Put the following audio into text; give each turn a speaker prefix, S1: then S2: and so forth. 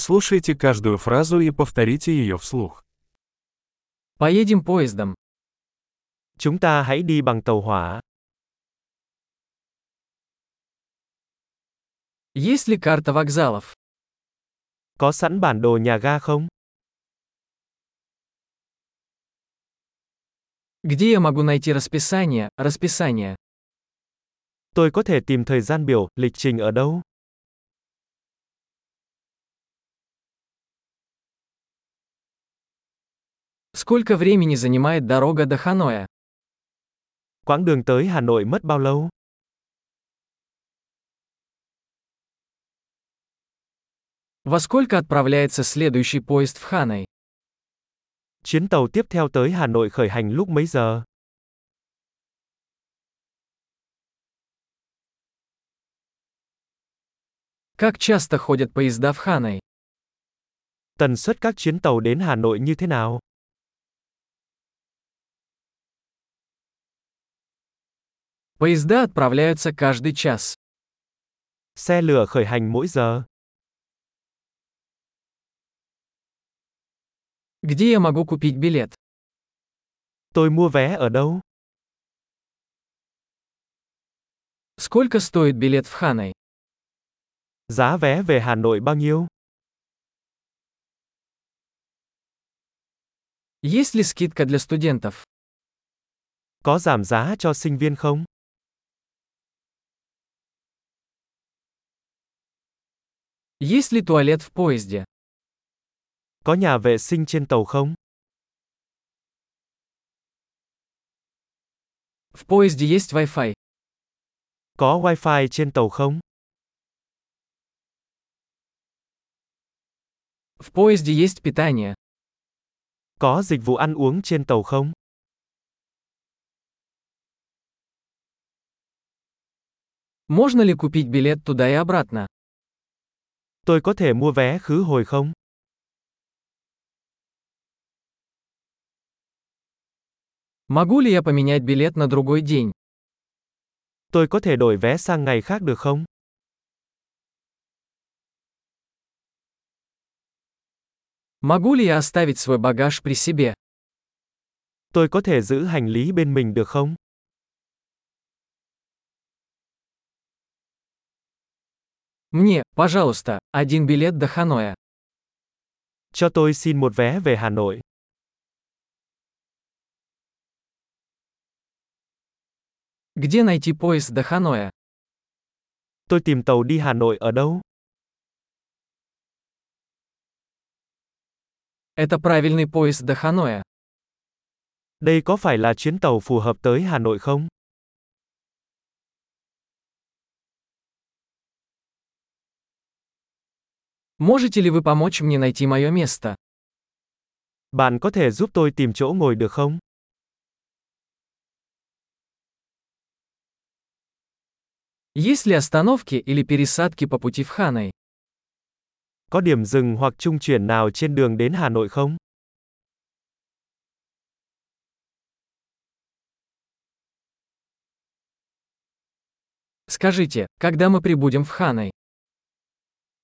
S1: Прослушайте каждую фразу и повторите ее вслух.
S2: Поедем поездом.
S3: Chúng ta hãy đi bằng tàu hỏa.
S2: Есть ли карта вокзалов?
S3: Có sẵn bản đồ nhà ga không?
S2: Где я могу найти расписание, расписание?
S3: Tôi có thể tìm thời gian biểu, lịch trình ở đâu?
S2: Сколько времени занимает дорога до Ханоя?
S3: Quãng đường tới Hà Nội mất bao lâu?
S2: Во сколько отправляется следующий поезд в Ханой?
S3: Chuyến tàu tiếp theo tới Hà Nội khởi hành lúc mấy giờ?
S2: Как часто ходят поезда в Ханой?
S3: Tần suất các chuyến tàu đến Hà Nội như thế nào?
S2: Поезда отправляются каждый час.
S3: Xe lửa khởi hành mỗi giờ.
S2: Где я могу купить билет?
S3: Tôi mua vé ở đâu?
S2: Сколько стоит билет в Ханой?
S3: Giá vé về Hà Nội bao nhiêu?
S2: Есть ли скидка для студентов?
S3: Có giảm giá cho sinh viên không?
S2: Есть ли туалет в поезде?
S3: Có nhà vệ sinh trên tàu không?
S2: В поезде есть Wi-Fi.
S3: Có wifi trên tàu không?
S2: В поезде есть питание.
S3: Có dịch vụ ăn uống trên tàu không?
S2: Можно ли купить билет туда и обратно?
S3: Tôi có thể mua vé khứ hồi không?
S2: Могу ли я поменять билет на другой день?
S3: Tôi có thể đổi vé sang ngày khác được không?
S2: Могу ли я оставить свой багаж при себе?
S3: Tôi có thể giữ hành lý bên mình được không?
S2: Мне, пожалуйста, один билет до Ханоя.
S3: Cho tôi xin một vé về Hà Nội.
S2: Где найти поезд до Ханоя?
S3: Tôi tìm tàu đi Hà Nội ở đâu?
S2: Это правильный поезд до Ханоя.
S3: Đây có phải là chuyến tàu phù hợp tới Hà Nội không?
S2: Можете ли вы помочь мне найти мое место?
S3: Bạn có thể giúp tôi tìm chỗ ngồi được không?
S2: Есть ли остановки или пересадки по пути в Ханой?
S3: Có điểm dừng hoặc trung chuyển nào trên đường đến Hà Nội không?
S2: Скажите, когда мы прибудем в Ханой?